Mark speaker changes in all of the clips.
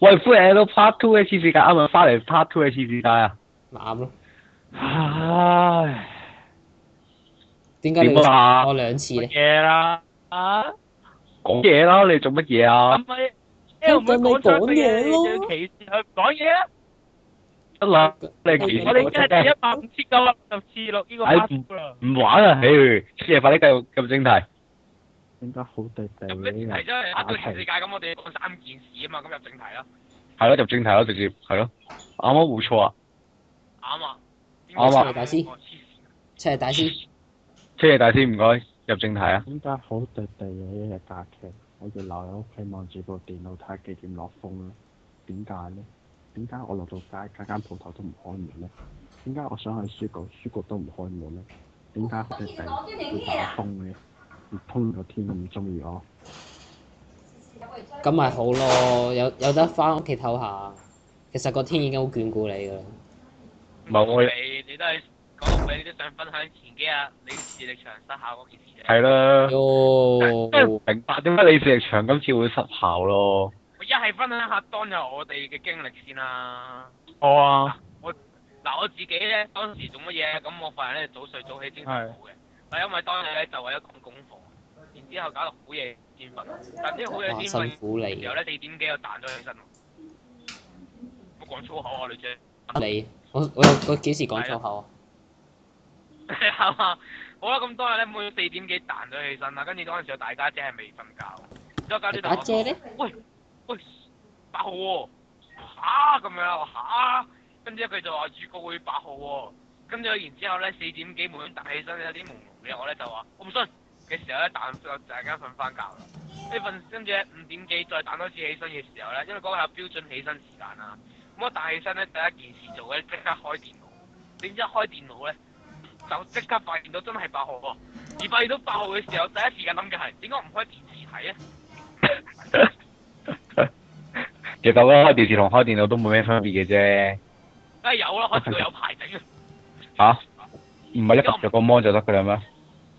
Speaker 1: 喂，歡迎嚟到 Part Two 嘅次世界，啱咪翻嚟 Part Two 嘅次世界啊！
Speaker 2: 啱咯。
Speaker 1: 唉，
Speaker 2: 點解你
Speaker 1: 點啊
Speaker 2: 我兩次咧？
Speaker 3: 嘢啦，啊，
Speaker 1: 講嘢啦，你做乜嘢啊
Speaker 3: 咁？咪因為唔
Speaker 2: 咁咪
Speaker 3: 會講出
Speaker 2: 講嘢咯
Speaker 3: 嘢，歧視佢唔講嘢啦。
Speaker 1: 得啦，你其
Speaker 2: 嗯
Speaker 1: 實
Speaker 3: 我哋
Speaker 1: 我
Speaker 3: 已經
Speaker 1: 真
Speaker 3: 係
Speaker 1: 係
Speaker 3: 一百五千九十次錄呢個
Speaker 1: 哎
Speaker 3: part 啦。
Speaker 1: 唔玩啊啦，唉，啲嘢快啲繼續入正題。
Speaker 4: 點解好地地
Speaker 3: 咁你提
Speaker 4: 嘅？
Speaker 3: 咗嚟呃到全世界，咁我哋講三件事啊嘛，咁入正題啦，
Speaker 1: 係咯，入正題咯，直接係咯，啱啱冇錯啊！
Speaker 3: 啱啊。
Speaker 1: 啱啊
Speaker 3: 邊個
Speaker 2: 大師
Speaker 3: 我黐線
Speaker 2: 出嚟大師，
Speaker 1: 車嘢大師唔該，入正題啊！
Speaker 4: 點解好地地嘅一日假期，我要留喺屋企望住部電腦睇幾點落風咧？點解咧？點解我落到街間間鋪頭都唔開門咧？點解我想去書局，書局都唔開門咧？點解好地地會打風嘅？唔通個天都唔中意我？
Speaker 2: 咁咪好咯，有有得翻屋企唞下。其實個天已經好眷顧你 㗎啦。
Speaker 1: 唔係我
Speaker 3: 你你都係講到尾，你都想分享前幾日你視力長失效嗰件事啫。
Speaker 1: 係啦，即係
Speaker 2: 喲
Speaker 1: 唔，明白點解你石場今次會失效咯？
Speaker 3: 我一係分享下當日我哋嘅經歷先啦。
Speaker 1: 好啊，
Speaker 3: 嗱，我自己咧當時做乜嘢呢咁我份人咧早睡早起精神好嘅，但因為當日咧就為咗講功課，然之後搞到好夜先瞓，但啲好夜
Speaker 2: 哇
Speaker 3: 先
Speaker 2: 辛
Speaker 3: 瞓，
Speaker 2: 苦你
Speaker 3: 然後咧四點幾又彈咗起身喎，冇講粗口啊女仔，
Speaker 2: 你，我我我幾時講粗口啊？
Speaker 3: 係 嘛？好啦，咁當日咧每四點幾彈咗起身啦，跟住嗰陣時我大家姐係未瞓覺，之後家姐就
Speaker 2: 大
Speaker 3: 話
Speaker 2: 姐咧，
Speaker 3: 喂喂八號喎、吓咁樣我吓，跟住佢就話預告會八號喎，跟住然之後咧四點幾門彈起身有啲朦朧嘅，我咧就話我唔信嘅時候咧彈就突然間瞓翻覺啦，呢瞓跟住咧五點幾再彈多次起身嘅時候咧，因為嗰個係標準起身時間啦，咁我彈起身咧第一件事做嘅即刻開電腦，點知一開電腦咧就即刻發現到真係八號喎，而發現到八號嘅時候，第一時間諗嘅係點解唔開電視睇啊咧？
Speaker 1: 其實我開電視同開電腦都冇咩分別嘅啫，
Speaker 3: 梗係有啦，開始佢有排整啊！
Speaker 1: 吓？唔係一撳入個 mon 就得㗎啦咩？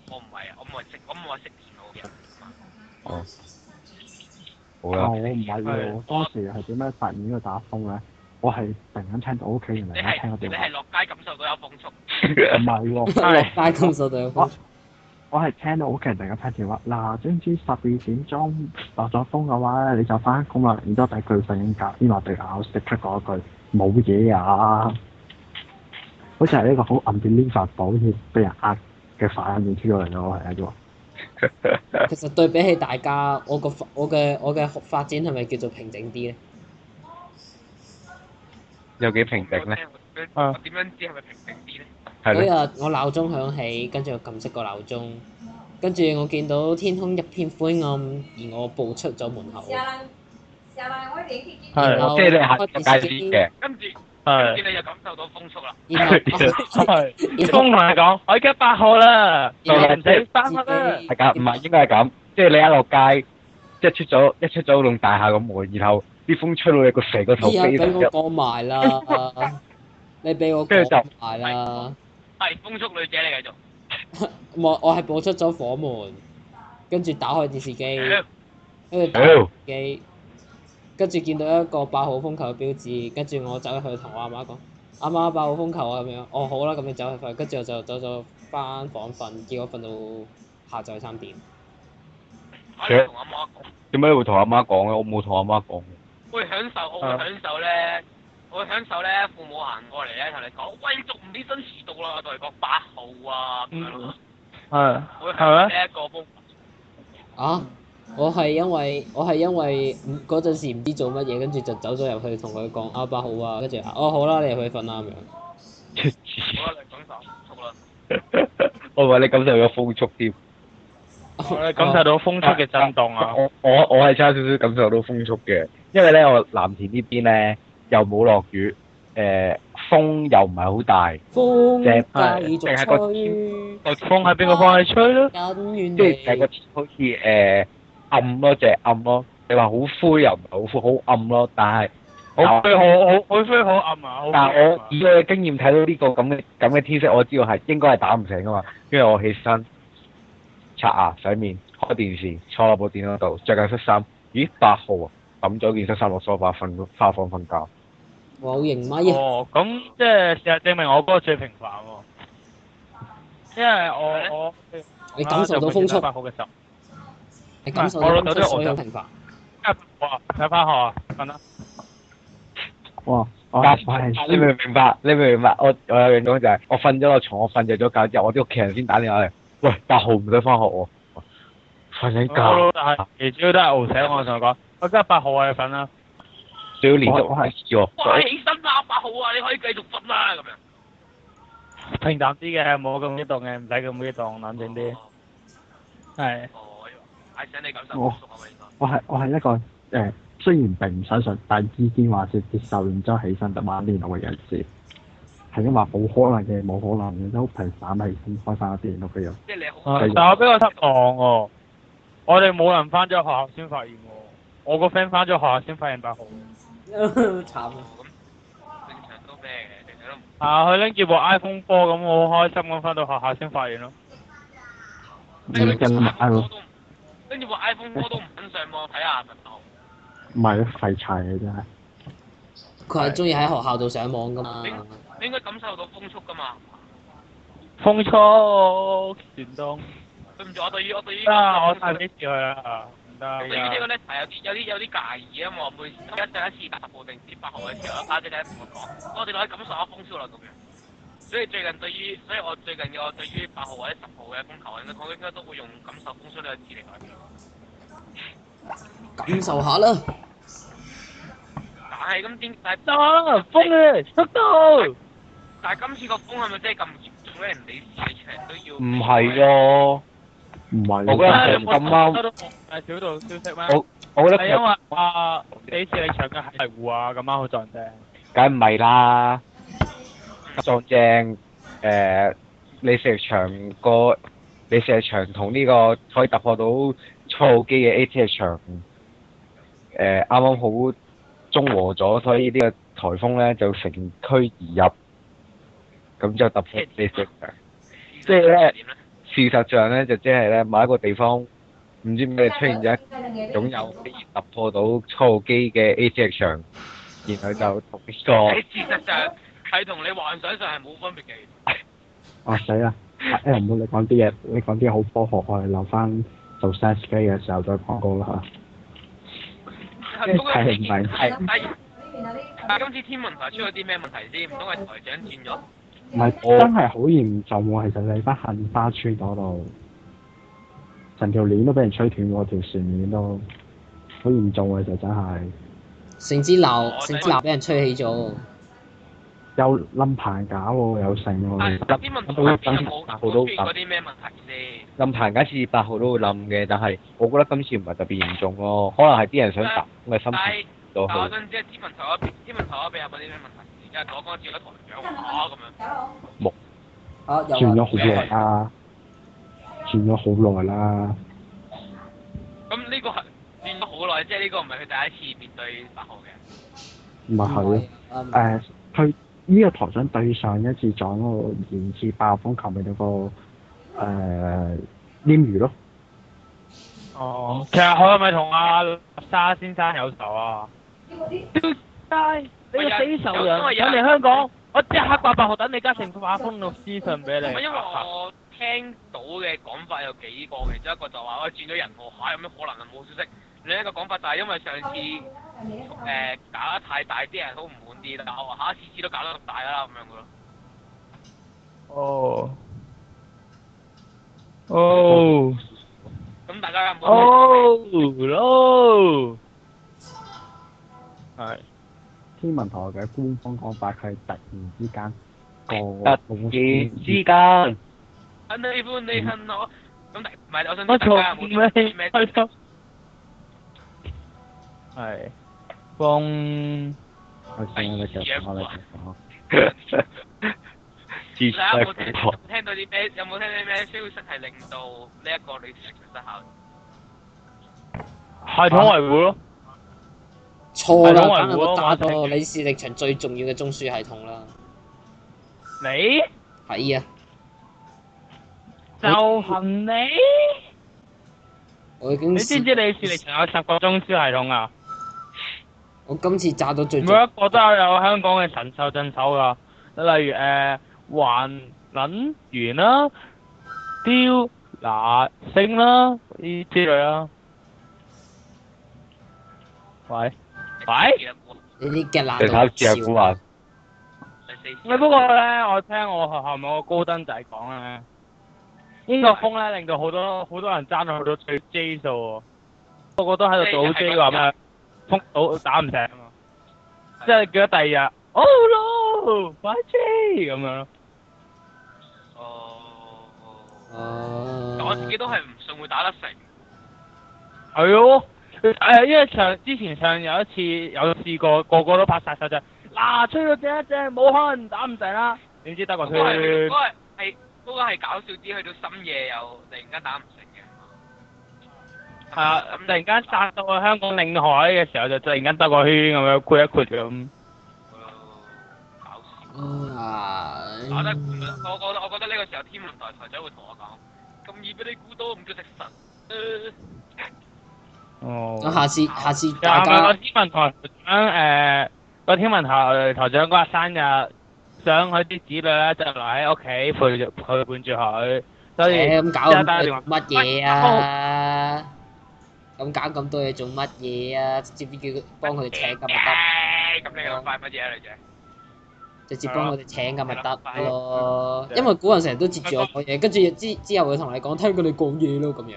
Speaker 3: 我唔係啊，我唔係識，我唔係識電腦嘅人。
Speaker 1: 哦，好
Speaker 4: 啊！
Speaker 1: 啦
Speaker 4: 我，唔係喎，我當時係點樣發現呢個打風咧？我係突然間聽到屋企人突
Speaker 3: 你
Speaker 4: 然間聽我
Speaker 3: 係你
Speaker 4: 電話
Speaker 3: 係，落街感受到有風速，
Speaker 4: 唔 係喎。
Speaker 2: 落街公所對方
Speaker 4: 我我係聽到屋企人突然間聽電話，嗱，知唔知十二點鐘落咗風嘅話咧，你就翻工啦。然之後睇佢瞓緊覺，邊話對咬食出嗰句冇嘢啊，好似係呢個好 unbelievable 好似俾人呃嘅反應出咗嚟咯，我係一個。
Speaker 2: 其實對比起大家，我個發我嘅我嘅發展係咪叫做平整啲咧？
Speaker 1: 有幾平靜咧？
Speaker 3: 咧
Speaker 4: 啊
Speaker 3: 我點樣知係咪平靜啲咧？
Speaker 1: 係
Speaker 2: 嗰
Speaker 1: 咯，
Speaker 2: 日我鬧鐘響起，跟住我撳熄個鬧鐘，跟住我見到天空一片灰暗，而我步出咗門口。
Speaker 4: 係
Speaker 2: 然後
Speaker 1: 即係你係
Speaker 2: 開
Speaker 1: 入
Speaker 2: 電
Speaker 1: 街
Speaker 2: 視
Speaker 1: 先
Speaker 2: 機，
Speaker 1: 嘅，
Speaker 3: 跟住跟
Speaker 5: 係
Speaker 3: 住你就感受到風速啦。
Speaker 2: 然後然後
Speaker 5: 通同你講，我而家八號啦，
Speaker 2: 然後
Speaker 1: 就
Speaker 5: 唔
Speaker 1: 係
Speaker 5: 使翻啦。
Speaker 1: 係咁，唔係應該係咁，即係你一落街，一出咗一出咗棟大廈個門，然後啲風吹到你個成個頭
Speaker 2: 哎呀，
Speaker 1: 飛
Speaker 2: 俾我
Speaker 1: 入，
Speaker 2: 講埋啦，你俾我
Speaker 1: 跟住就
Speaker 2: 講埋啦。
Speaker 3: 係風速女仔你繼續。
Speaker 2: 我我係步出咗房門，跟住打開電視機，跟住打開電
Speaker 1: 屌，
Speaker 2: 視機，跟住見到一個八號風球嘅標誌，跟住我走入去同我阿媽講：阿媽八號風球啊咁樣。哦好啦，咁你走去瞓，跟住我就走咗翻房瞓，結果瞓到下晝三點。
Speaker 3: 我哋同阿媽講，
Speaker 1: 點解你會同阿媽講咧？我冇同阿媽講，
Speaker 3: 會享受，我會享受咧，我會享受咧，父母行過嚟咧同你講，喂，仲唔起身遲到啦？我同你講八號啊咁樣咯。
Speaker 5: 係
Speaker 3: 我會享受
Speaker 5: 係
Speaker 3: 呢一個風。
Speaker 2: 啊！我係因為我係因為唔嗰陣時唔知做乜嘢，跟住就走咗入去同佢講啊八號啊，跟住啊哦好啦，你入去瞓啦咁樣。
Speaker 3: 我嚟感受風速啦。
Speaker 1: 我哦話你感受咗風速添，
Speaker 5: 我哋哦感受到風速嘅震動啊！
Speaker 1: 我我我係差少少感受到風速嘅，因為咧我藍田呢邊咧又冇落雨，誒風又唔係好大，
Speaker 2: 風
Speaker 1: 淨
Speaker 2: 繼
Speaker 1: 淨係
Speaker 2: 續
Speaker 1: 個
Speaker 2: 吹，
Speaker 5: 個哦風喺邊個方向吹咯？
Speaker 2: 緊
Speaker 1: 即
Speaker 2: 遠
Speaker 1: 係成個
Speaker 2: 地。
Speaker 1: 天好似誒暗咯，淨係暗咯。你話好灰又唔係好灰，好暗咯，但係。
Speaker 5: 好灰好好好灰好暗啊！好
Speaker 1: 但
Speaker 5: 灰
Speaker 1: 係
Speaker 5: 好
Speaker 1: 我
Speaker 5: 暗
Speaker 1: 以我嘅經驗睇到呢個咁嘅咁嘅天色，我知道係應該係打唔醒噶嘛，因為我起身刷牙、洗面、開電視、坐落部電腦度，着緊恤衫，咦八號啊，抌咗件恤衫落梳化瞓花房瞓覺。
Speaker 2: 我好型咪啊！
Speaker 5: 哦，咁即係事實證明我嗰個最平凡喎，因為我我
Speaker 2: 你感受到風速，
Speaker 5: 八號嘅時候，
Speaker 2: 你感受
Speaker 5: 我
Speaker 2: 到
Speaker 5: 老豆
Speaker 2: 風
Speaker 5: 都
Speaker 2: 速所
Speaker 5: 哦係
Speaker 2: 有
Speaker 5: 我
Speaker 2: 平凡。
Speaker 5: 哇，睇翻學啊，瞓啦，
Speaker 4: 哇！我
Speaker 1: 但
Speaker 4: 我哦係
Speaker 1: 你明唔明白？你明唔明白？我我有樣講就係、我瞓咗落床，我瞓着咗覺之後，我啲屋企人先打電話嚟，喂，八號唔使翻學喎，我瞓緊
Speaker 5: 我老
Speaker 4: 哦
Speaker 1: 覺，
Speaker 5: 豆係其主要都係熬醒我，同佢講，我今日八號啊，你瞓啦，
Speaker 1: 仲要連續
Speaker 4: 哦我我係
Speaker 1: 五次喎。
Speaker 3: 哇！你起身啦，八號啊，你可以繼續瞓啦，咁樣。
Speaker 5: 平淡啲嘅，冇咁激動嘅，唔使咁激動，冷靜啲，係。
Speaker 3: 哦，嗌醒你感受
Speaker 4: 我
Speaker 3: 風速啊嘛，應該。
Speaker 4: 我係我係一個誒、呃，雖然並唔相信，但依堅話接接受完之後起身得玩電腦嘅人士，係因為冇可能嘅，冇可能嘅，都平反起身開翻個電腦嘅人。
Speaker 3: 即係你好。
Speaker 5: 啊但係我比較失望喎，我哋冇人翻咗學校先發現喎，我個 friend 翻咗學校先發現八號。
Speaker 2: 慘啊！
Speaker 3: 哦咁正常都咩嘅，正常都唔
Speaker 5: 啊！佢拎住部 iPhone 波咁，我好開心咁翻到學校先發現咯。
Speaker 4: 唔係跟埋
Speaker 3: 我
Speaker 4: 咯，
Speaker 3: 都唔跟住部 iPhone 哥都唔肯上網睇下咪好。
Speaker 4: 唔係廢柴嘅真係。
Speaker 2: 佢係中意喺學校度上網噶嘛？
Speaker 3: 你應該感受到風速噶嘛？
Speaker 5: 風速旋動
Speaker 3: 對唔住，我對於我對於
Speaker 5: 得啊！我太鄙視佢啦，唔得
Speaker 3: 我對於呢個 letter 有啲有啲有啲介意啊嘛！我每次一上一次八號定唔知八號嘅時候，打俾你同我講，我哋可以感受下風速啦咁樣。所以最近對於，所以我最近嘅我對於八號或者十號嘅風球，應該我應該都會用感受風速呢個字嚟去
Speaker 2: 感受下啦！
Speaker 3: 但係咁點？但係
Speaker 5: 得風嘅速度。
Speaker 3: 但係今次個風係咪真係咁嚴重咧？唔理事嘅場都要
Speaker 1: 唔係咯，
Speaker 4: 唔係啊
Speaker 1: 我覺得係咁啱
Speaker 5: 收到誒小道消息咩？
Speaker 1: 好我覺得
Speaker 5: 係因
Speaker 1: 佢
Speaker 5: 為啊，幾次你長嘅係維護啊，咁啱好撞正。
Speaker 1: 梗唔係啦，撞正誒、你石場個你石場同呢個可以突破到初號機嘅 AT 場誒啱啱好中和咗，所以呢個颱風咧就乘區而入，咁就突破你石場。
Speaker 3: 即
Speaker 1: 係咧
Speaker 3: 點咧？
Speaker 1: 事實上咧，就即係咧某一個地方唔知咩出現咗一種有可以突破到初號機嘅 AT 場，然後就同呢個。
Speaker 3: 喺事實上係同你幻想上係冇分別嘅。
Speaker 4: 啊死啦！誒唔好你講啲嘢，你講啲嘢好科學，我哋留翻做 s a s 機嘅時候再講過啦
Speaker 3: 係不過
Speaker 4: 係唔係
Speaker 3: 係係但係今次天文台出咗啲咩問題先？唔通係台長轉咗？
Speaker 4: 嚇。唔係
Speaker 1: 我
Speaker 4: 真係好嚴重喎，其實你班杏花村嗰度，成條鏈都俾人吹斷喎，條船鏈都好嚴重喎，其實真係。
Speaker 2: 成支鬧，成支鬧俾人吹起咗。
Speaker 4: 有冧棚架喎，有剩
Speaker 3: 但
Speaker 4: 喎。
Speaker 3: 係天文台入邊有冇冇出現嗰啲咩問題先？
Speaker 1: 冧棚假設八號都會冧嘅，但係我覺得今次唔係特別嚴重咯，可能係啲人想打工嘅心情
Speaker 3: 但係
Speaker 1: 落
Speaker 3: 但係我
Speaker 1: 去，
Speaker 3: 想知天文台嗰邊天文台嗰邊有冇啲咩問題先？因為我講住咗台長話咁樣。
Speaker 2: 啊，有
Speaker 4: 轉咗
Speaker 2: 啊！
Speaker 4: 好耐啦，轉咗好耐啦。
Speaker 3: 咁呢個係轉咗好耐，即係呢個唔係佢第一次面對八號嘅。
Speaker 4: 唔係佢咯。
Speaker 2: 啊唔係
Speaker 4: 誒，呃佢呢個台長對上一次撞嗰個延至爆風球咪有個誒鯰魚咯，
Speaker 5: 哦，其實佢係咪同阿沙先生有仇啊？屌晒！你
Speaker 3: 個死仇人
Speaker 5: 想嚟香港，我即刻掛八號等你家成畫封到私信俾你。
Speaker 3: 唔係因為我聽到嘅講法有幾個，其中一個就話我轉咗人號嚇，有咩可能啊冇消息。另一個講法就係因為上次誒、呃搞得太大，啲人都唔滿啲啦。但我話嚇，次次都搞得咁大啦咁樣嘅咯。
Speaker 5: 哦。哦。
Speaker 3: 咁大家有冇？
Speaker 5: 哦。no。係。
Speaker 4: 天文台嘅官方講法，佢係突然之間
Speaker 1: 突
Speaker 4: 個
Speaker 1: 然之間
Speaker 3: 很喜歡你恨我。咁但唔係，我想
Speaker 5: 我
Speaker 3: 知
Speaker 5: 從
Speaker 3: 大家有冇
Speaker 5: 未
Speaker 3: 啲咩
Speaker 5: 開 心。係。風。
Speaker 4: 我先我哋繼續我哋繼續講。
Speaker 1: 自
Speaker 3: 大家有冇
Speaker 1: 細
Speaker 3: 聽
Speaker 1: 個
Speaker 3: 聽到啲咩？有冇聽到啲咩消息係令到呢一個你失效？
Speaker 5: 系統維護咯。
Speaker 2: 錯啦，
Speaker 5: 係咯
Speaker 2: 梗係
Speaker 5: 維護
Speaker 2: 我
Speaker 5: 咯
Speaker 2: 打
Speaker 5: 我
Speaker 2: 咗
Speaker 5: 聽
Speaker 2: 李氏力場最重要嘅中樞系統啦。
Speaker 5: 你
Speaker 2: 係啊，
Speaker 5: 就恨你。
Speaker 2: 我已經
Speaker 5: à? 你知唔知你視力仲有十個中樞系統啊？
Speaker 2: 我今次炸到最
Speaker 5: 每
Speaker 2: 直
Speaker 5: 一個都有香港嘅神獸鎮守噶，例如誒、呃、環撚圓啦、雕拿星啦呢之類啦。喂喂，
Speaker 2: 你啲嘅
Speaker 1: 你
Speaker 2: 爛
Speaker 1: 睇
Speaker 2: 到
Speaker 1: 字啊，古
Speaker 2: 笑。
Speaker 1: 話
Speaker 5: 喂不過咧，我聽我學校某個高登仔講咧，英國風咧令到好多好多人爭到去到最 J 數喎，個個都喺度賭 J 話咩，風賭打唔成啊嘛。即係叫咗第二日，Oh no，快啲咁樣咯。
Speaker 3: 哦，
Speaker 2: 哦
Speaker 3: 但我自己都係唔信會打得成。
Speaker 5: 係咯，誒、因為上之前上有一次有試過，個個都拍晒手掌，嗱、吹到正一正，冇可能打唔成啦。點知得個
Speaker 3: 嗰個係嗰，
Speaker 5: 吹
Speaker 3: 個係嗰個係搞笑啲，去到深夜又突然間打唔成嘅。
Speaker 5: 係啊，突然間殺到去香港領海嘅時候，就突然間得個圈咁樣括一括咁。
Speaker 3: 哦搞笑。
Speaker 2: Ờ, 啊！
Speaker 3: 打得唔得我覺得我覺得呢個時候天文台台長會同我講，咁易俾你估到，唔叫食神。誒
Speaker 5: 哦。
Speaker 2: 我下次下次
Speaker 5: 又
Speaker 2: 大
Speaker 5: 係咪個
Speaker 2: 家
Speaker 5: 天文台台長誒個天文台台長嗰日生日，想佢啲子女咧就留喺屋企陪住陪伴住佢，所以
Speaker 2: 誒咁搞
Speaker 5: 即係打電話
Speaker 2: 咁乜嘢啊？咁搞咁多嘢做乜嘢啊？直接叫佢幫佢哋請咁咪得，
Speaker 3: 誒咁你咁快乜嘢嚟啫？
Speaker 2: 直接幫佢哋請咁咪得咯。
Speaker 5: 係咯
Speaker 2: 因為古人成日都截住我講嘢，跟住之之後會同你講聽佢哋講嘢咯咁樣。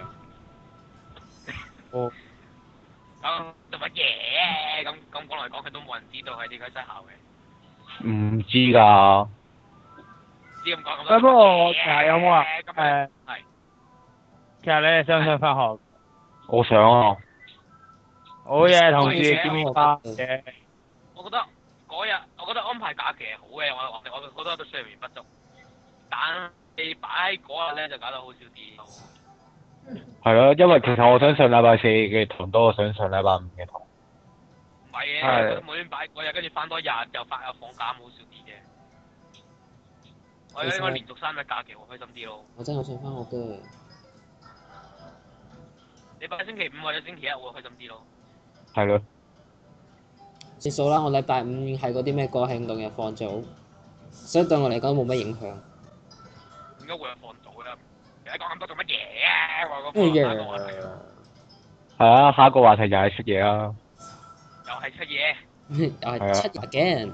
Speaker 3: 咁做乜嘢？咁咁講嚟講去都冇人知道係點解失效嘅。
Speaker 1: 唔知㗎，
Speaker 3: 知咁講咁多。
Speaker 5: 喂不過我其實有冇
Speaker 3: 誒
Speaker 5: 話
Speaker 3: 咁
Speaker 5: 誒
Speaker 3: 係
Speaker 5: 其實你哋想唔想翻學？
Speaker 1: 我想啊，
Speaker 5: 好嘢，同事見面花嘅。
Speaker 3: 我覺得嗰日，我覺得安排假期係好嘅，我我我覺得都雖然不足，但你擺嗰日咧就搞得好少啲。
Speaker 1: 係咯，因為其實我想上禮拜四嘅堂多，我想上禮拜五嘅堂。
Speaker 3: 唔係
Speaker 1: 係
Speaker 3: 嘅，每年擺嗰日，跟住翻多日又發又放假，好少啲啫。我覺得應該連續三日假期會開心啲咯。
Speaker 2: 我真係好想翻學嘅。
Speaker 3: 你擺星期五或者星期一會開心啲咯。
Speaker 1: 係咯，
Speaker 2: 算數啦，我禮拜五係嗰啲咩國慶六日放早，所以對我嚟講冇乜影響。
Speaker 3: 點解會有放早咧？你講咁多做乜嘢啊？我
Speaker 2: 咩
Speaker 3: 講下一個話題
Speaker 2: 嘢？
Speaker 1: 係啊，下一個話題又係食嘢啊啦。
Speaker 3: 又係出嘢。
Speaker 2: 又係七日 again。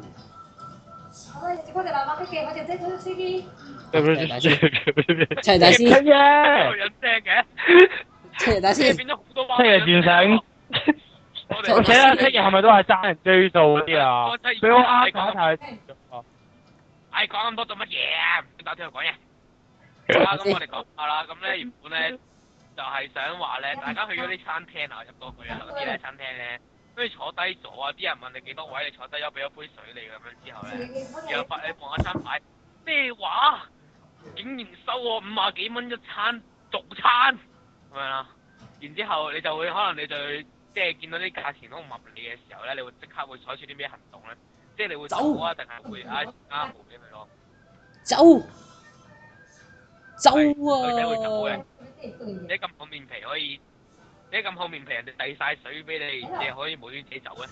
Speaker 6: 好啦，只不過你慢慢嘅，我哋即係司機。
Speaker 5: Dạ,
Speaker 2: dạ, 七日打先，
Speaker 5: 耶
Speaker 3: 有！人聲嘅，
Speaker 2: 七日打
Speaker 3: 即係
Speaker 2: 先。
Speaker 3: 變咗好多話
Speaker 5: 七日戰醒，
Speaker 3: 我
Speaker 5: 我
Speaker 3: 哋
Speaker 5: 寫啦，七日係咪都係爭人追數嗰啲啊？俾我啱
Speaker 3: Dạ,
Speaker 5: 講下
Speaker 3: 唉，講咁多做乜嘢啊？唔想打聽佢講嘢。好啦，咁我哋講下啦。咁咧原本咧就係、想話咧，大家去咗啲餐廳啊，入到去啊嗰啲咧餐廳咧，跟住坐低咗啊，啲人問你幾多位，你坐低咗，俾咗杯水你咁樣之後咧，然後發你望一餐牌，咩話？竟然收我五啊幾蚊一餐早餐咁樣啦。然之後你就會可能你就會即係見到啲價錢都唔合理嘅時候咧，你會即刻會採取啲咩行動咧？即係你會
Speaker 2: 走
Speaker 3: 走啊，定係會啊啊冇俾佢咯？
Speaker 2: 走，走
Speaker 3: 女仔會走
Speaker 2: 啊
Speaker 3: 嘅！你咁厚面皮可以，你咁厚面皮，人哋遞晒水俾你，你可以無端自己走咧？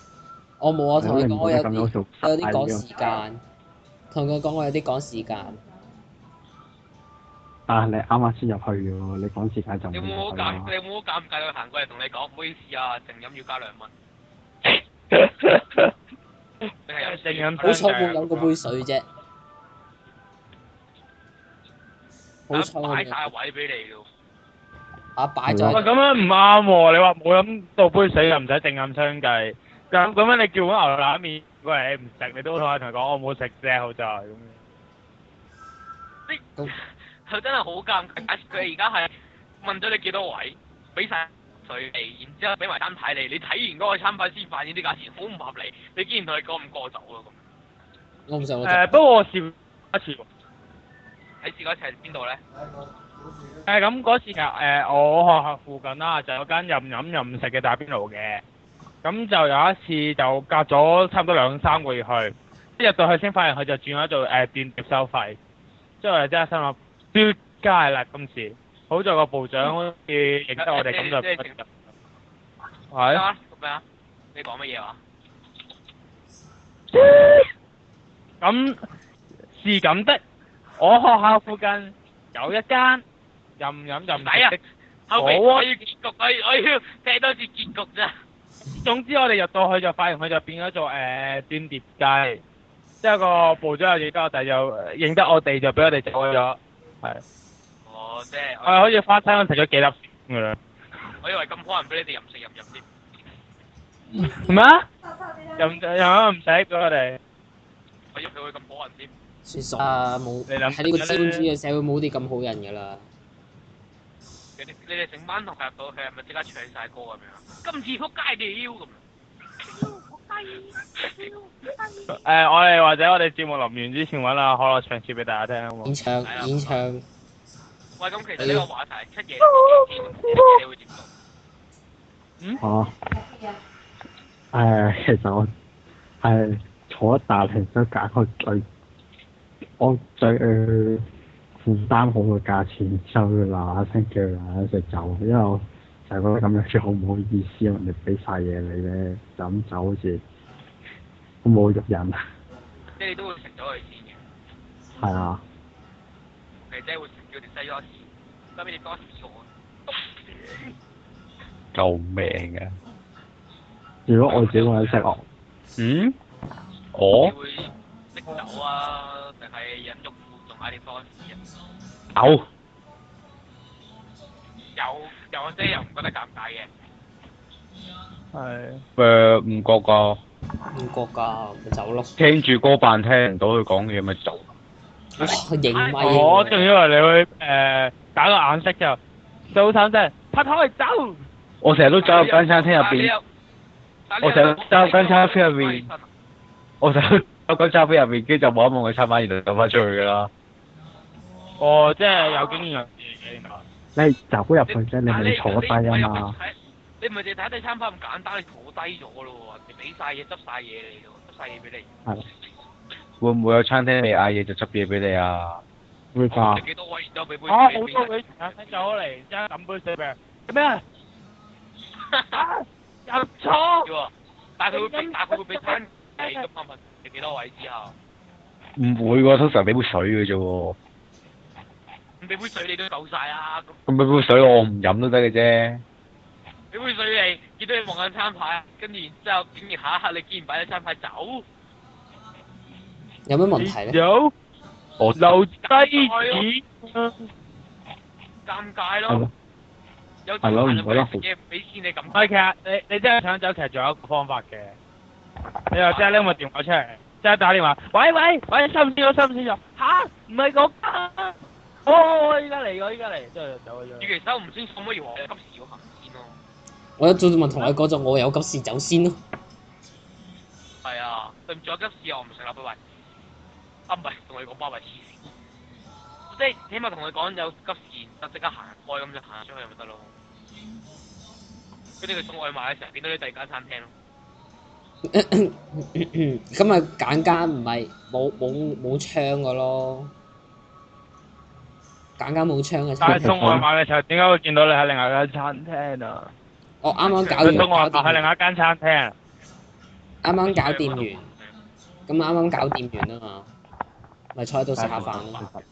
Speaker 2: 我冇啊，同佢
Speaker 4: 哎你
Speaker 2: 講
Speaker 4: 唔
Speaker 2: 我
Speaker 4: 好
Speaker 2: 有
Speaker 4: 咁
Speaker 2: 啲
Speaker 4: 樣做
Speaker 2: 我有啲趕
Speaker 4: 係
Speaker 2: 時間，同佢講我有啲趕時間。
Speaker 4: 啊！你啱啱先入去嘅喎，你趕時間就唔
Speaker 3: 你會唔
Speaker 4: 入
Speaker 3: 會好尷？
Speaker 4: 去啦
Speaker 3: 你。會唔會好尷尬？佢行過嚟同你講，唔好意思啊，淨飲要加兩蚊。定係飲
Speaker 5: 淨飲
Speaker 2: 好彩冇飲嗰杯水啫。好彩我
Speaker 3: 擺
Speaker 2: 冇
Speaker 3: 晒
Speaker 2: 飲
Speaker 3: 位俾你咯。
Speaker 2: 啊擺
Speaker 5: 喂，
Speaker 2: 咗
Speaker 5: 咁樣唔啱喎！你話冇飲到杯水又唔使定飲相計，咁咁樣你叫碗牛腩麵過嚟你唔食，你都可以同佢講我冇食啫，好在咁。
Speaker 3: 佢真係好尷尬，佢而家係問咗你幾多位，俾晒水你，然之後俾埋單牌你，你睇完嗰個餐牌先發現啲價錢好唔合理，你竟然同佢講唔過走咯咁。
Speaker 2: 我唔想我
Speaker 5: 誒，不過我試過一次喎。
Speaker 3: 你試過一次係邊度咧？
Speaker 5: 誒咁嗰次其實誒我學校附近啦，就有間任飲任食嘅打邊爐嘅。咁就有一次就隔咗差唔多兩三個月去，一入到去先發現佢就轉咗做誒電碟收費，之後我就真係心諗飆街啦今次。好在個部長好似認得我哋咁就
Speaker 3: 即係即係
Speaker 5: 係
Speaker 3: 啊，咁樣，你講乜嘢話？
Speaker 5: 咁是咁的，我學校附近有一間任飲任
Speaker 3: 唔使啊
Speaker 5: 食的。
Speaker 3: 後尾
Speaker 5: 好啊
Speaker 3: 我要結局，我要我要睇多次結局咋。
Speaker 5: 總之我哋入到去就發現佢就變咗做誒、呃、端碟雞，即係個部長又認得我哋，又呃認得我哋就俾我哋走咗。
Speaker 3: 哦，即係
Speaker 5: 我
Speaker 3: 我
Speaker 5: 哋好似翻餐食咗幾粒㗎啦。
Speaker 3: 我以為咁可能俾你哋任食任飲添。
Speaker 5: 咩啊？又
Speaker 6: 有
Speaker 5: 唔又唔使俾我哋？
Speaker 3: 我以為佢會咁可能添。
Speaker 2: 算數啊，冇
Speaker 5: 你諗
Speaker 2: 喺呢個
Speaker 5: 緊
Speaker 2: 資本主義嘅社會冇啲咁好人㗎啦。
Speaker 3: 你哋你哋成班同學入到去係咪即刻唱晒歌咁樣？今次撲街了咁樣。
Speaker 5: 誒、我哋或者我哋節目臨完之前揾阿可樂唱次俾大家聽好冇
Speaker 2: 演？唱
Speaker 3: 係啊
Speaker 2: 演唱
Speaker 3: 喂，咁其實呢個話題七夜七夜你會點做？
Speaker 4: 哦，呃誒，其實我係坐一笪其實揀個最我最誒負擔好嘅價錢，就嗱嗱聲叫佢嗱嗱聲走，因為我就係覺得咁樣最好唔好意思，人哋俾晒嘢你咧，就咁走好似好侮辱人，啊
Speaker 3: 即係你都會食咗佢先嘅，
Speaker 4: 係啊，
Speaker 3: 你即係會食咗條西多士，咁你多士我。
Speaker 1: 救命啊！
Speaker 4: 如果我自己一個人食我。
Speaker 1: 嗯，哦我
Speaker 3: 你會食酒啊，定係飲肉褲仲嗌你多士啊？
Speaker 1: 嘔
Speaker 3: 有有即係又唔覺得尷尬嘅。
Speaker 5: 係
Speaker 1: 誒唔覺㗎，
Speaker 2: 唔覺㗎，咪走咯。
Speaker 1: 聽住歌扮聽唔到佢講嘢咪走。
Speaker 2: 哇型咪
Speaker 3: 哎
Speaker 2: 型
Speaker 5: 我
Speaker 2: 啊
Speaker 5: 仲以為你會誒、呃打個眼色就早餐啫，拍台走。
Speaker 1: 我成日都走入間餐廳
Speaker 3: 啊
Speaker 1: 入邊。
Speaker 3: 但係
Speaker 1: 我
Speaker 3: 你
Speaker 1: 成
Speaker 3: 又
Speaker 1: 日都喺間餐廳入面我就我個揸飛入面，跟住就望一望佢餐板，然後走翻出去噶啦。
Speaker 5: 哦，即係有經驗有事嘅原來。
Speaker 4: 你走入去啫，你未坐低啊嘛。。
Speaker 3: 你唔係淨係睇低餐牌咁簡單，你坐低咗咯喎，人哋俾晒嘢執晒嘢你咯，執晒嘢俾你。
Speaker 1: 會唔會有餐廳你嗌嘢就執嘢俾你啊？
Speaker 4: 會啩
Speaker 3: 食？幾多位然之後俾杯
Speaker 5: 啊，好
Speaker 3: 俾俾
Speaker 5: 多位朋友走嚟，即係飲杯水俾人做咩啊？啊入
Speaker 3: 啫
Speaker 5: 錯，
Speaker 3: 喎但係佢會俾，但係佢會俾餐你咁啊問你幾多位之後，
Speaker 1: 唔會喎，通常俾杯水嘅啫喎。
Speaker 3: 咁俾杯水你都夠晒啦，咁
Speaker 1: 咁俾杯水我唔飲都得嘅啫。
Speaker 3: 俾杯水你，見到你望緊餐牌，跟住然之後竟然下一刻你竟然擺咗餐牌走，
Speaker 2: 有咩問題咧？
Speaker 5: 有
Speaker 1: 我
Speaker 5: 留低子，
Speaker 3: 尷尬
Speaker 4: 係咯
Speaker 3: 咯。有
Speaker 4: 係咯唔覺得好
Speaker 3: 嘢唔俾錢你咁，
Speaker 5: 喂，其實你你真係想走，其實仲有一個方法嘅，你就即係拎個電話出嚟，即係打電話，喂喂喂，收唔收咗？收唔收咗？吓，唔係嗰間，哦，我依家嚟，我依家嚟，即係走咗。
Speaker 3: 與其收唔清楚，不如我急時要行先咯。
Speaker 2: 我一早就問同你講咗，我有急事走先咯。
Speaker 3: 係啊，對唔住，我急事我唔食啦，拜拜。啊，唔係，同佢講拜拜黐線。即係起碼同佢講有急事，就即刻行開咁就行出去咪得咯。跟住佢送外賣嘅時候，見到你第二間餐廳咯。
Speaker 2: 咁咪簡間唔係冇冇冇槍嘅咯，簡間冇槍嘅
Speaker 5: 但
Speaker 2: 餐
Speaker 5: 係
Speaker 2: 廳。
Speaker 5: 送外賣嘅時候，點解會見到你喺另外一間餐廳啊？
Speaker 2: 我啱啱
Speaker 5: 佢送
Speaker 2: 搞
Speaker 5: 外
Speaker 2: 完，
Speaker 5: 賣
Speaker 2: 搞
Speaker 5: 喺另
Speaker 2: 掂，
Speaker 5: 外一間餐廳。
Speaker 2: 啱啱搞掂完，咁啱啱搞掂完啊嘛，咪坐喺度食下飯啊咯。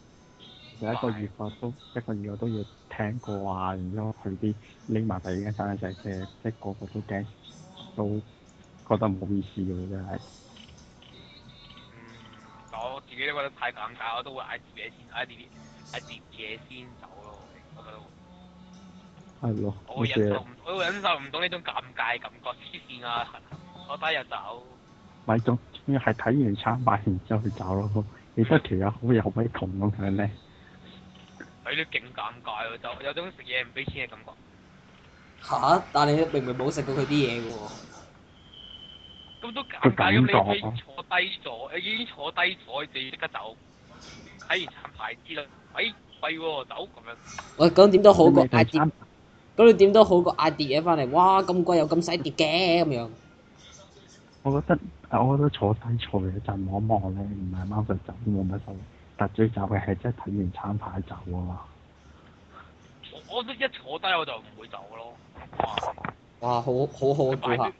Speaker 4: 其實有一個月我都一個月我都要聽過啊，然之後去啲匿埋第二間餐廳仔嘅，即係個個都驚，都覺得唔好意思嘅真係。
Speaker 3: 嗯，我自己都覺得太尷尬，我都會嗌碟嘢先，嗌碟嗌碟嘢先走咯。我覺得
Speaker 4: 係咯，
Speaker 3: 我
Speaker 4: 好
Speaker 3: 會忍受
Speaker 4: 似
Speaker 3: 唔，我會忍受唔到呢種尷尬嘅感覺，黐線啊！我低日走，
Speaker 4: 咪總仲要係睇完餐買完之後去走咯，你得條友好似好鬼窮咁樣咧。
Speaker 3: 佢都勁尷尬喎，就有種食嘢唔俾錢嘅感覺。
Speaker 2: 嚇！但係你明明冇食過佢啲嘢嘅喎。
Speaker 3: 咁都尷尬
Speaker 5: 啊
Speaker 3: 咁，你已經坐低咗，你已經坐低咗，你就要即刻走。睇完餐牌知啦，哎，廢喎，走咁樣。
Speaker 2: 喂，咁點都好過嗌
Speaker 4: 你同
Speaker 2: 碟，
Speaker 4: 餐
Speaker 2: 咁你點都好過嗌碟嘢翻嚟。哇！咁貴又咁細碟嘅咁樣。
Speaker 4: 我覺得啊我覺得坐低坐嘅就望一望咧，唔係貓就走冇乜所謂。但最慘嘅係真係睇完餐牌走啊
Speaker 2: 哦
Speaker 4: 嘛。
Speaker 3: 我我都一坐低我就唔會走咯。哇
Speaker 2: 哇！好好好嘅顧客。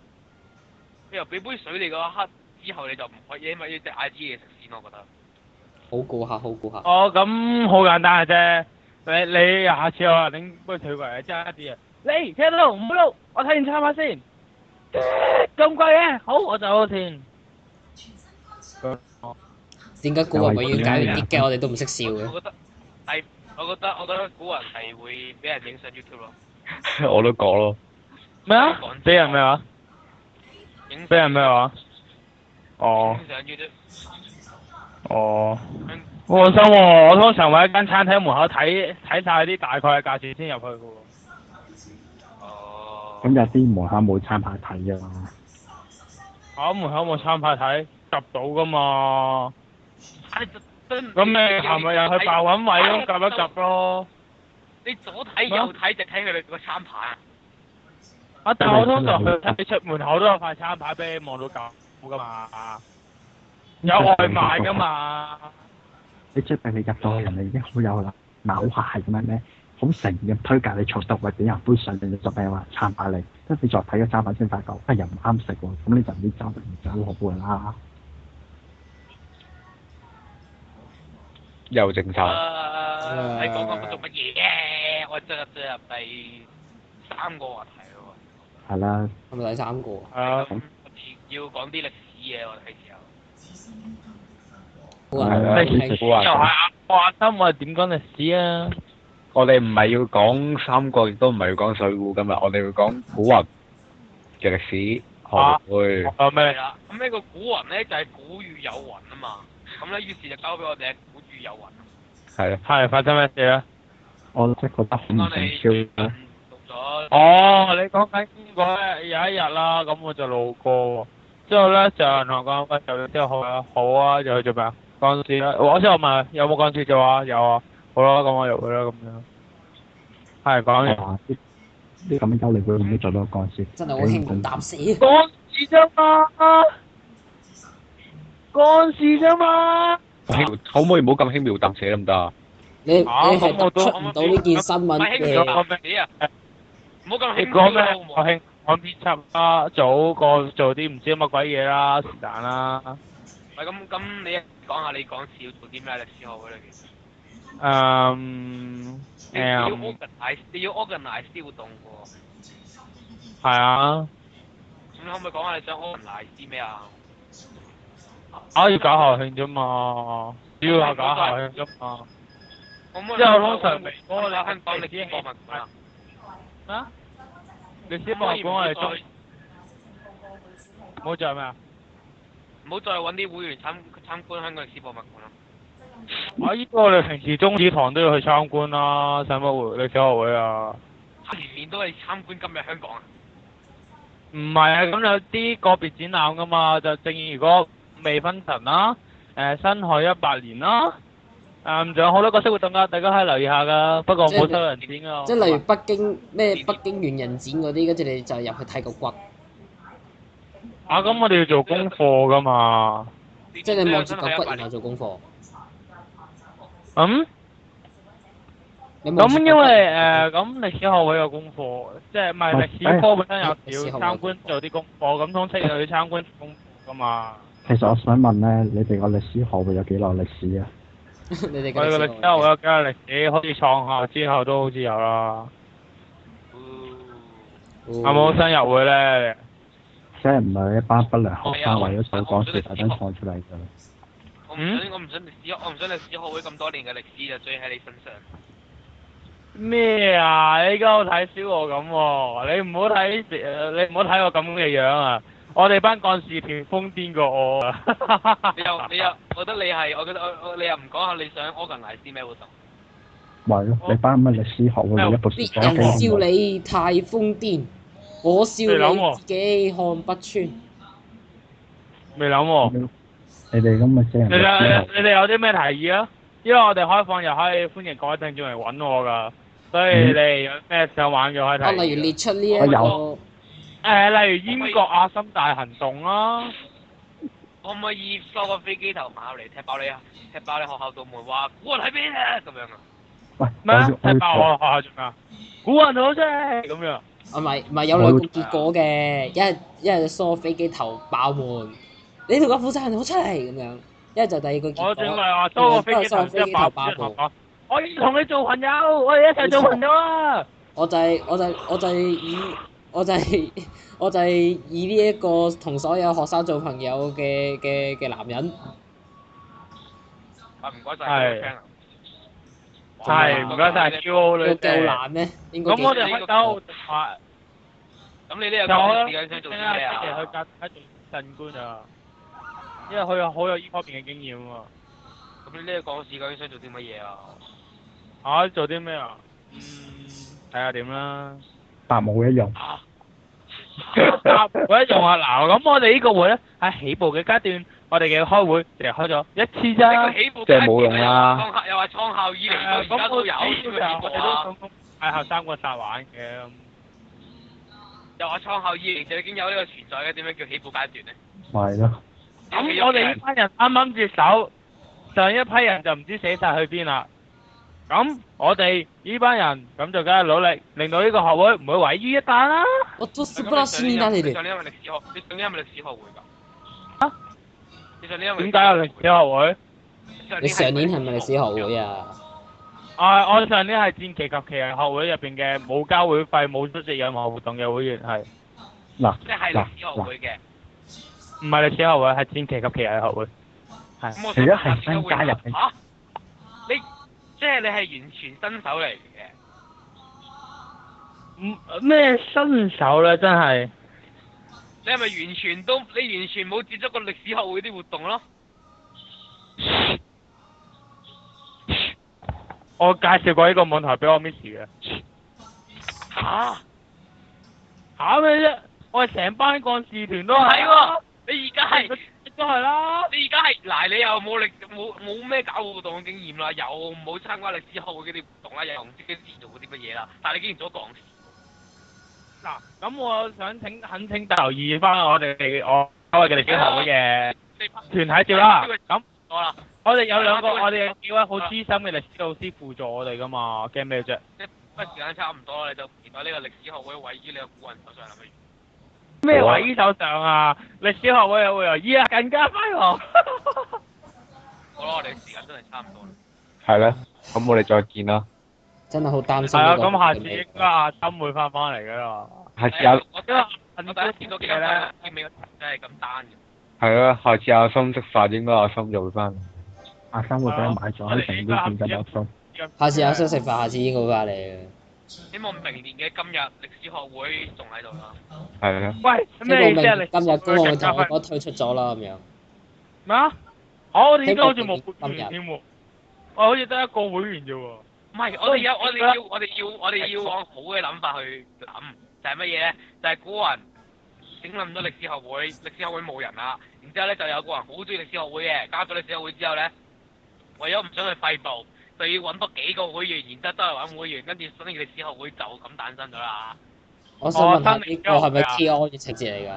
Speaker 3: 你又俾杯水你嗰一刻，知之後你就唔可以，因為要隻嗌啲嘢食先，我覺得。
Speaker 2: 好顧客，好顧客。
Speaker 5: 哦，咁好簡單嘅啫。你你下次我拎杯水過嚟，即刻啲嘢。你聽到唔好撈，我睇完參下先。咁貴嘅，好我走先。
Speaker 2: 點解顧客永遠解決啲 g 我哋都唔識笑嘅？
Speaker 3: 我覺得係，我覺得我覺得古人係會俾人影上 YouTube 咯，
Speaker 1: 我都講咯。
Speaker 5: 咩啊？俾人咩話？
Speaker 3: 影
Speaker 5: 俾人咩話？哦
Speaker 3: 影上 YouTube，
Speaker 5: 哦，好開心喎！我通常會喺間餐廳門口睇睇晒啲大概嘅價錢先入去嘅喎。
Speaker 3: 哦，
Speaker 4: 咁有啲門口冇餐牌睇噶嘛，
Speaker 5: 嚇門口冇餐牌睇，及到噶嘛？
Speaker 3: 啊你真
Speaker 5: 咁你係咪又去爆揾位咯？及一及咯。
Speaker 3: 你左睇右睇就睇佢哋個餐牌，
Speaker 5: 啊！但我通常去睇出門口都有塊餐牌俾你望到夠噶嘛，有外賣噶嘛。
Speaker 4: 你出俾你入到去人哋已經好有啦，嗱好客係咁樣咧，好誠咁推介你坐到或者有人杯水你就俾人話餐牌你，跟住再睇個餐牌先發覺，啊又唔啱食喎，咁你就唔知走定唔走好㗎啦。
Speaker 1: 又正
Speaker 5: 啊
Speaker 3: 誒
Speaker 1: 晒。
Speaker 3: 啊你講講做乜嘢？我真係進入第三個話題咯
Speaker 4: 係啦，
Speaker 2: 係咪第三個啊？
Speaker 5: 係
Speaker 3: 喎，，
Speaker 5: 啊
Speaker 3: 咁我哋要講啲歷史嘢我哋時候。
Speaker 2: 好
Speaker 4: 係
Speaker 2: 啊，
Speaker 4: 啦
Speaker 5: 係
Speaker 2: 係
Speaker 1: 食
Speaker 5: 又
Speaker 1: 古
Speaker 5: 係
Speaker 1: 惑。
Speaker 5: 阿阿心，我係點講歷史啊？
Speaker 1: 我哋唔係要講三國，亦都唔係要講水滸今日，我哋要講古雲嘅歷史學會。
Speaker 5: 我咩
Speaker 3: 係啦，咁呢個古雲咧就係古語有雲啊嘛，咁咧於是就交俾我哋古語有雲。
Speaker 1: 係咯，
Speaker 5: 係發生咩事咧？
Speaker 4: 我即係覺
Speaker 5: 啊
Speaker 4: 得好唔
Speaker 3: 咁我
Speaker 4: 成超
Speaker 3: 哋
Speaker 4: 啦，
Speaker 3: 讀咗
Speaker 5: 哦，你講緊嗰一有一日啦，咁我就路過喎，之後咧就有人同我講喂，就之後好啊，好啊，就去做咩啊？鋼絲啦，我之後問有冇鋼絲做啊？有啊，好啦，咁我入去啦，咁樣。係講完。
Speaker 4: 哇！啲啲咁嘅優利會唔會做到幹事？
Speaker 2: 真係好輕狂搭死。啊
Speaker 5: 干事啫嘛，干事啫嘛。
Speaker 1: 輕可唔可以唔好咁輕描淡寫得唔得啊？
Speaker 2: 你你
Speaker 5: 啊
Speaker 2: 係
Speaker 5: 咁
Speaker 2: 突
Speaker 5: 我都
Speaker 2: 出唔到呢件新
Speaker 3: 唔
Speaker 2: 聞
Speaker 3: 係
Speaker 5: 你
Speaker 3: 輕
Speaker 2: 嘅，
Speaker 5: 講
Speaker 3: 描
Speaker 5: 咩？
Speaker 3: 死啊！唔好咁
Speaker 5: 你
Speaker 3: 輕描
Speaker 5: 講咩？我興講編輯啦，早過做啲唔知乜鬼嘢啦，是但啦。
Speaker 3: 喂，咁咁你講下你講次要做啲咩歷史學會裏邊？
Speaker 5: 嗯，
Speaker 3: 你要
Speaker 5: 誒，
Speaker 3: organize，你要 organize 啲活動喎。
Speaker 5: 係啊，
Speaker 3: 咁你可唔可以講下你想 organize 啲咩啊？
Speaker 5: 我要搞校慶啫嘛，主要係搞校慶啫嘛。
Speaker 3: 可唔可以
Speaker 5: 之後通常微波
Speaker 3: 我
Speaker 5: 你
Speaker 3: 哋香港歷史博物館啊，
Speaker 5: 啊？歷
Speaker 3: 可
Speaker 5: 史
Speaker 3: 唔
Speaker 5: 博
Speaker 3: 可
Speaker 5: 物
Speaker 3: 以
Speaker 5: 館
Speaker 3: 唔
Speaker 5: 我
Speaker 3: 好
Speaker 5: 哋
Speaker 3: 再
Speaker 5: 中，冇做咩啊？
Speaker 3: 唔好再揾啲會員參參觀香港歷史博物館啊？
Speaker 5: 我依個我哋平時中史堂都要去參觀啦，使乜會歷史學會啊？
Speaker 3: 年年都係參觀今日香港啊！
Speaker 5: 唔係啊，咁有啲個別展覽噶嘛，就正如如果未分層啦，誒、新海一百年啦，誒仲有好多角色活動噶，大家可以留意下噶。不過
Speaker 2: 即係
Speaker 5: 冇收人錢噶。
Speaker 2: 即係例如北京咩北京猿人展嗰啲，跟住你就入去睇個骨，
Speaker 5: 啊，咁我哋要做功課噶嘛？
Speaker 3: 即
Speaker 2: 即係你望住個骨然後做功課。
Speaker 5: 嗯，
Speaker 2: 你望住
Speaker 5: 咁
Speaker 2: 個骨
Speaker 5: 因為誒咁歷史學會有功課，即係唔係歷史科本身
Speaker 2: 歷史
Speaker 5: 有
Speaker 2: 學
Speaker 5: 要
Speaker 2: 會
Speaker 5: 參觀做啲功課，咁通識又要參觀功課噶嘛？
Speaker 4: 其實我想問咧，你哋個歷史學會有幾耐歷史啊？
Speaker 2: 你哋
Speaker 5: 我哋
Speaker 2: 嘅
Speaker 5: 個啊
Speaker 2: 歷
Speaker 5: 歷
Speaker 2: 史
Speaker 5: 史
Speaker 2: 學會
Speaker 5: 學會有幾多歷史？好似創校之後都好似有啦，
Speaker 2: 哦
Speaker 5: 有冇新入會咧？
Speaker 4: 即係唔係一班不良學
Speaker 2: 啊
Speaker 4: 生為咗想講事特登創出嚟㗎？
Speaker 3: 我唔想，我唔想歷史，我唔想歷史學會咁多年嘅歷史就追喺你身上。
Speaker 5: 咩啊？你而家好睇小我咁喎、你唔好睇你唔好睇我咁嘅樣啊！我哋班幹事團瘋癲過我啊！
Speaker 3: 你又你又，我覺得你係，我覺得我我你又唔講下你想 organize 啲咩活動？
Speaker 4: 咪咯，你班咁嘅歷史學會，你一部
Speaker 2: 別
Speaker 4: 時講
Speaker 2: 人
Speaker 4: 幾
Speaker 2: 笑
Speaker 4: 耐？
Speaker 2: 你太瘋癲，我笑你自己看不穿。
Speaker 5: 未諗喎、
Speaker 4: 你哋咁嘅死人
Speaker 5: 哦
Speaker 4: 歷史
Speaker 5: 你哋
Speaker 4: 學
Speaker 5: 你哋有啲咩提議啊？因為我哋開放又可以歡迎各位聽眾嚟揾我㗎，所以你哋有咩想玩嘅可以提議
Speaker 2: 啊，
Speaker 5: 啊。
Speaker 2: 例如列出呢一
Speaker 4: 我
Speaker 2: 個
Speaker 4: 有
Speaker 5: 誒、例如英國亞森大行動啦、
Speaker 3: 可唔可以收個飛機頭埋入嚟踢爆你啊？踢爆你學校道門，話古人喺邊啊？咁樣啊？
Speaker 4: 喂，我
Speaker 5: 咩啊
Speaker 4: 要？我
Speaker 5: 踢爆
Speaker 4: 要
Speaker 5: 我學校做咩啊？古人好啫咁樣。
Speaker 2: 啊，唔係唔係有兩個結果嘅，一係一係梳飛機頭爆門，你條個負責人攞出嚟咁樣，一係就第二個
Speaker 5: 我最
Speaker 2: 結
Speaker 5: 咪
Speaker 2: 果。
Speaker 5: 話收個飛機頭之後爆爆我，我要同你做朋友，我哋一齊做朋友啊！
Speaker 2: 我就係、我就係、我就係以我就係、 我就係以呢一個同所有學生做朋友嘅嘅嘅男人，
Speaker 3: 啊唔該晒
Speaker 5: 係
Speaker 3: friend 啊
Speaker 5: 係唔該晒 Q O 女
Speaker 2: 叫叫
Speaker 5: 姐。
Speaker 2: 男咩？應該
Speaker 5: 咁我
Speaker 2: 幾
Speaker 5: 哋開兜啊！
Speaker 3: 咁你呢
Speaker 5: 就我
Speaker 3: 個
Speaker 5: 咧，
Speaker 3: 時間想做
Speaker 5: 聽
Speaker 3: 啲
Speaker 5: 下
Speaker 3: 咩
Speaker 5: 星期去
Speaker 3: 啊？
Speaker 5: 格睇做神官啊，因為佢有好有呢方面嘅經驗喎。
Speaker 3: 咁你呢個時間想做啲乜嘢啊？
Speaker 5: 嚇做啲咩啊？嗯，睇下點啦。
Speaker 7: 白冇一用。
Speaker 3: 啊！
Speaker 5: 我一用啊！嗱，咁我哋呢個會咧喺起步嘅階段，我哋嘅開會就開咗一次
Speaker 3: 呢
Speaker 5: 咋
Speaker 3: 個。起步
Speaker 1: 即係冇用啦
Speaker 3: 創校又話創
Speaker 5: 啊
Speaker 3: 校以嚟到而家都有，呢個
Speaker 5: 咁
Speaker 3: 結
Speaker 5: 我
Speaker 3: 果
Speaker 5: 哋
Speaker 3: 啊
Speaker 5: 都想嗌後三個殺玩嘅咁。
Speaker 3: 又話創校以嚟就已經有呢個存在嘅，點樣叫起步階段咧？
Speaker 7: 咪係咯，
Speaker 5: 咁我哋呢班人啱啱接手，上一批人就唔知死晒去邊啦。咁我哋呢班人咁就梗係努力，令到呢個學會唔會毀於一旦啦。
Speaker 2: 我都
Speaker 3: 咁
Speaker 2: 是不拉斯米達你
Speaker 3: 你
Speaker 2: 哋
Speaker 3: 上。年係咪歷史學？你上年係咪歷史學會㗎？你上年係咪
Speaker 5: 點解有歷史學會？
Speaker 3: 上
Speaker 2: 你
Speaker 3: 年
Speaker 2: 上年係咪歷史學會？啊？
Speaker 5: 啊，我上年係戰旗及旗人學會入邊嘅冇交會費、冇出席任何活動嘅會員，係
Speaker 7: 嗱
Speaker 3: 即係歷史學會嘅。
Speaker 5: 唔係歷史學會？係戰旗及旗人學會。
Speaker 3: 咁我
Speaker 7: 而家係新加入嘅
Speaker 3: 啊嚇、你即係你係完全新手嚟嘅。
Speaker 5: 唔嗯咩新手咧？真係
Speaker 3: 你係咪完全都你完全冇接觸過歷史學會啲活動咯？
Speaker 5: 我介紹過呢個網台俾我 miss 嘅。
Speaker 3: 嚇、
Speaker 5: 嚇咩啫？我哋成班幹事團都
Speaker 3: 唔係
Speaker 5: 係
Speaker 7: 啊
Speaker 5: 啊
Speaker 3: 喎，你而家係
Speaker 5: 都係啦。
Speaker 3: 你而家係嗱，你又冇歷冇冇咩搞活動嘅經驗啦，又冇參加歷史學會嗰啲活動啦，又唔知自己做過啲乜嘢啦，但係你竟然做講師，
Speaker 5: 嗱，咁我想請懇請留意翻我哋我所謂嘅歷史學會嘅
Speaker 3: 你拍
Speaker 5: 團體照啦。
Speaker 3: 啊
Speaker 5: 咁
Speaker 3: 我啦，
Speaker 5: 我哋有
Speaker 3: 啊
Speaker 5: 兩個，我哋有幾位好資深嘅歷史老師輔助我哋噶嘛，驚咩啫？
Speaker 3: 不過時間差唔多啦，你就期待呢個歷史學會位於你個古人手上啦，不如。
Speaker 5: 咩位手上啊？歷史學會又會由依家更加輝 煌。
Speaker 3: 好啦，我哋時間真係差唔多啦。
Speaker 1: 係啦，咁我哋再見啦。
Speaker 2: 真係好擔
Speaker 5: 係
Speaker 2: 心呢
Speaker 5: 啊，
Speaker 2: 個
Speaker 5: 咁下次
Speaker 2: 嘅
Speaker 5: 應
Speaker 2: 未
Speaker 5: 該阿心會翻返嚟噶啦。
Speaker 1: 下次有
Speaker 3: 我
Speaker 5: 因為
Speaker 3: 我
Speaker 5: 近
Speaker 3: 第一次見到幾個
Speaker 5: 嘅咧，
Speaker 3: 見面真係咁單嘅。
Speaker 1: 係啦，下次有心識法，應該有心就會翻。
Speaker 7: 阿生會俾人買
Speaker 5: 啊
Speaker 7: 咗喺成都變咗粒數，
Speaker 2: 下次有想食飯，下次應該會翻嚟嘅。
Speaker 3: 希望明年嘅今日歷史學會仲喺度啦。
Speaker 1: 係啦，
Speaker 5: 喂，
Speaker 2: 希
Speaker 5: 咩意思啊？
Speaker 2: 望明
Speaker 5: 你
Speaker 2: 今日高會
Speaker 5: 更加
Speaker 2: 同我
Speaker 5: 輝
Speaker 2: 講退出咗啦咁樣。
Speaker 5: 咩啊？我哋應該好似冇會員添喎，我好似得一個會員啫喎。
Speaker 3: 唔係，我哋有我哋要我哋要我哋要往好嘅諗法去諗，就係乜嘢咧？就係、古人整冧咗歷史學會，歷史學會冇人啦。然之後咧就有個人好中意歷史學會嘅，加咗歷史學會之後咧，為咗唔想佢廢部，就要揾多幾個會員，然之後都係揾會員，跟住所以歷史學會就咁誕生咗啦。
Speaker 2: 我想問下
Speaker 5: 哦
Speaker 2: 呢
Speaker 5: 新年
Speaker 2: 個係咪
Speaker 5: 交易
Speaker 2: T on 嘅情節嚟㗎？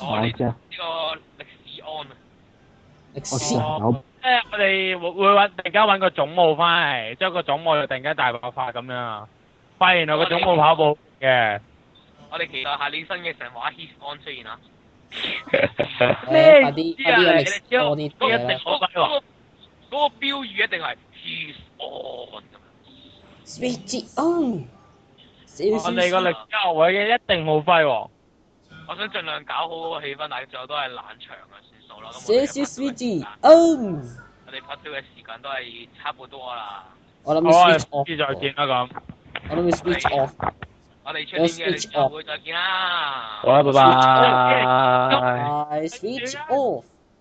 Speaker 5: 哦
Speaker 3: 我哋
Speaker 4: 我知啊，
Speaker 3: 呢個歷史安啊，
Speaker 2: 歷
Speaker 4: 我
Speaker 2: 史
Speaker 4: 知啊，有
Speaker 5: 即係我哋會會揾突然間揾個總務翻嚟，即係個總務就突然間大爆發咁樣啊！發現原來個總務跑步嘅
Speaker 3: 我哋期待下年新嘅神話 His On 出現啦。啊
Speaker 2: 誒
Speaker 5: 咩
Speaker 2: 快啲
Speaker 5: 意思
Speaker 2: 快
Speaker 5: 啊
Speaker 2: 啲有
Speaker 5: 你
Speaker 2: 歷史 on 呢
Speaker 5: 你知
Speaker 2: 啲
Speaker 5: 我
Speaker 2: 嘢
Speaker 5: 一定
Speaker 2: 啦
Speaker 3: 嗰、個嗰、個嗰個標語一定係 His On 咁樣。
Speaker 2: ，Sweet
Speaker 5: 哦
Speaker 2: on。
Speaker 5: 我哋個歷史學會嘅一定好輝煌。
Speaker 3: 我想盡量搞好個氣氛，但係最後都係冷場啊，算數啦。咁
Speaker 2: 少
Speaker 3: 我
Speaker 2: 少
Speaker 3: 哋拍拖
Speaker 5: 啊
Speaker 3: 嘅
Speaker 2: sweet
Speaker 3: 時間
Speaker 2: 嗯，
Speaker 3: 我哋拍拖嘅時間都係差唔多啦。
Speaker 2: 我諗
Speaker 5: 好啊，
Speaker 2: 要 switch
Speaker 5: 下次再
Speaker 2: off，
Speaker 5: 見啦咁。
Speaker 2: 我諗要 switch off，
Speaker 3: 我哋出年嘅歷史學會再見啦。
Speaker 1: 啊好啦，拜拜。
Speaker 2: 係 switch off。